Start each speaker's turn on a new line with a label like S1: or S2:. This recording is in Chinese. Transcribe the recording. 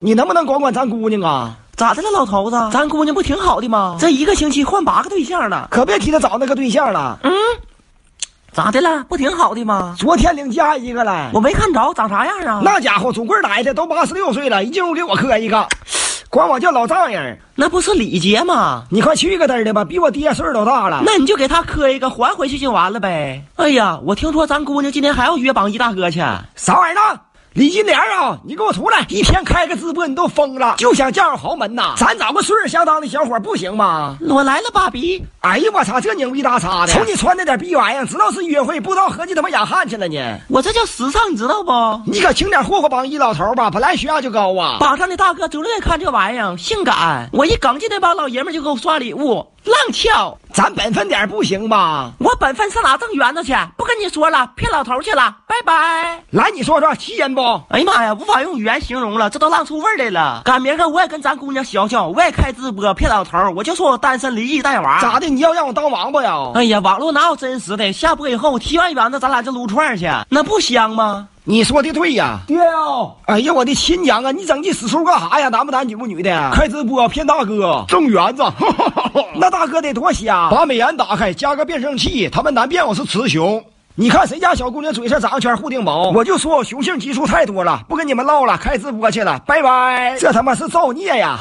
S1: 你能不能管管咱姑娘啊？
S2: 咋的了，老头子？
S1: 咱姑娘不挺好的吗？
S2: 这一个星期换八个对象了，
S1: 可别提她找那个对象了。
S2: 咋的了？不挺好的吗？
S1: 昨天领家一个来，
S2: 我没看着，长啥样啊？
S1: 那家伙主棍来的都八十六岁了，一进屋给我磕一个，管我叫老丈人。
S2: 那不是礼节吗？
S1: 你快去个嘚儿的吧，比我爹岁数都大了。
S2: 那你就给他磕一个，还回去就完了呗。哎呀，我听说咱姑娘今天还要约榜一大哥去，
S1: 啥玩意儿呢？李金莲啊，你给我出来！一天开个直播，你都疯了，就想嫁入豪门呐？咱找个岁数相当的小伙不行吗？
S2: 我来了，爸比。
S1: 哎呀，我操，这拧逼搭叉的！瞅你穿那点逼玩意儿，知道是约会，不知道合计他妈养汉去了呢。
S2: 我这叫时尚，你知道不？
S1: 你可轻点霍霍榜一老头儿吧，本来血压就高啊。
S2: 榜上的大哥总愿意看这玩意儿，性感。我一梗进那帮老爷们儿就给我刷礼物，浪俏。
S1: 咱本分点儿不行吧？
S2: 我本分上哪挣圆子去？不跟你说了，骗老头去了，拜拜。
S1: 来，你说说，气人不？
S2: 哎呀妈呀，无法用语言形容了，这都浪出味儿来了。赶明儿个我也跟咱姑娘学学，我也开直播骗老头儿，我就说我单身离异带娃。
S1: 咋的？你要让我当王八呀？
S2: 哎呀，网络哪有真实的？下播以后踢完圆子，咱俩就撸串儿去，那不香吗？
S1: 你说的对呀。
S2: 对哦，
S1: 哎呀，我的亲娘啊！你整这死出干啥呀？男不男，女不女的呀？开直播骗大哥挣 圆子，那大哥得多瞎！把美颜打开，加个变声器，他们难辨我是雌雄。你看谁家小姑娘嘴上长一圈护腚毛？我就说我雄性激素太多了，不跟你们唠了，开直播去了，拜拜！这他妈是造孽呀！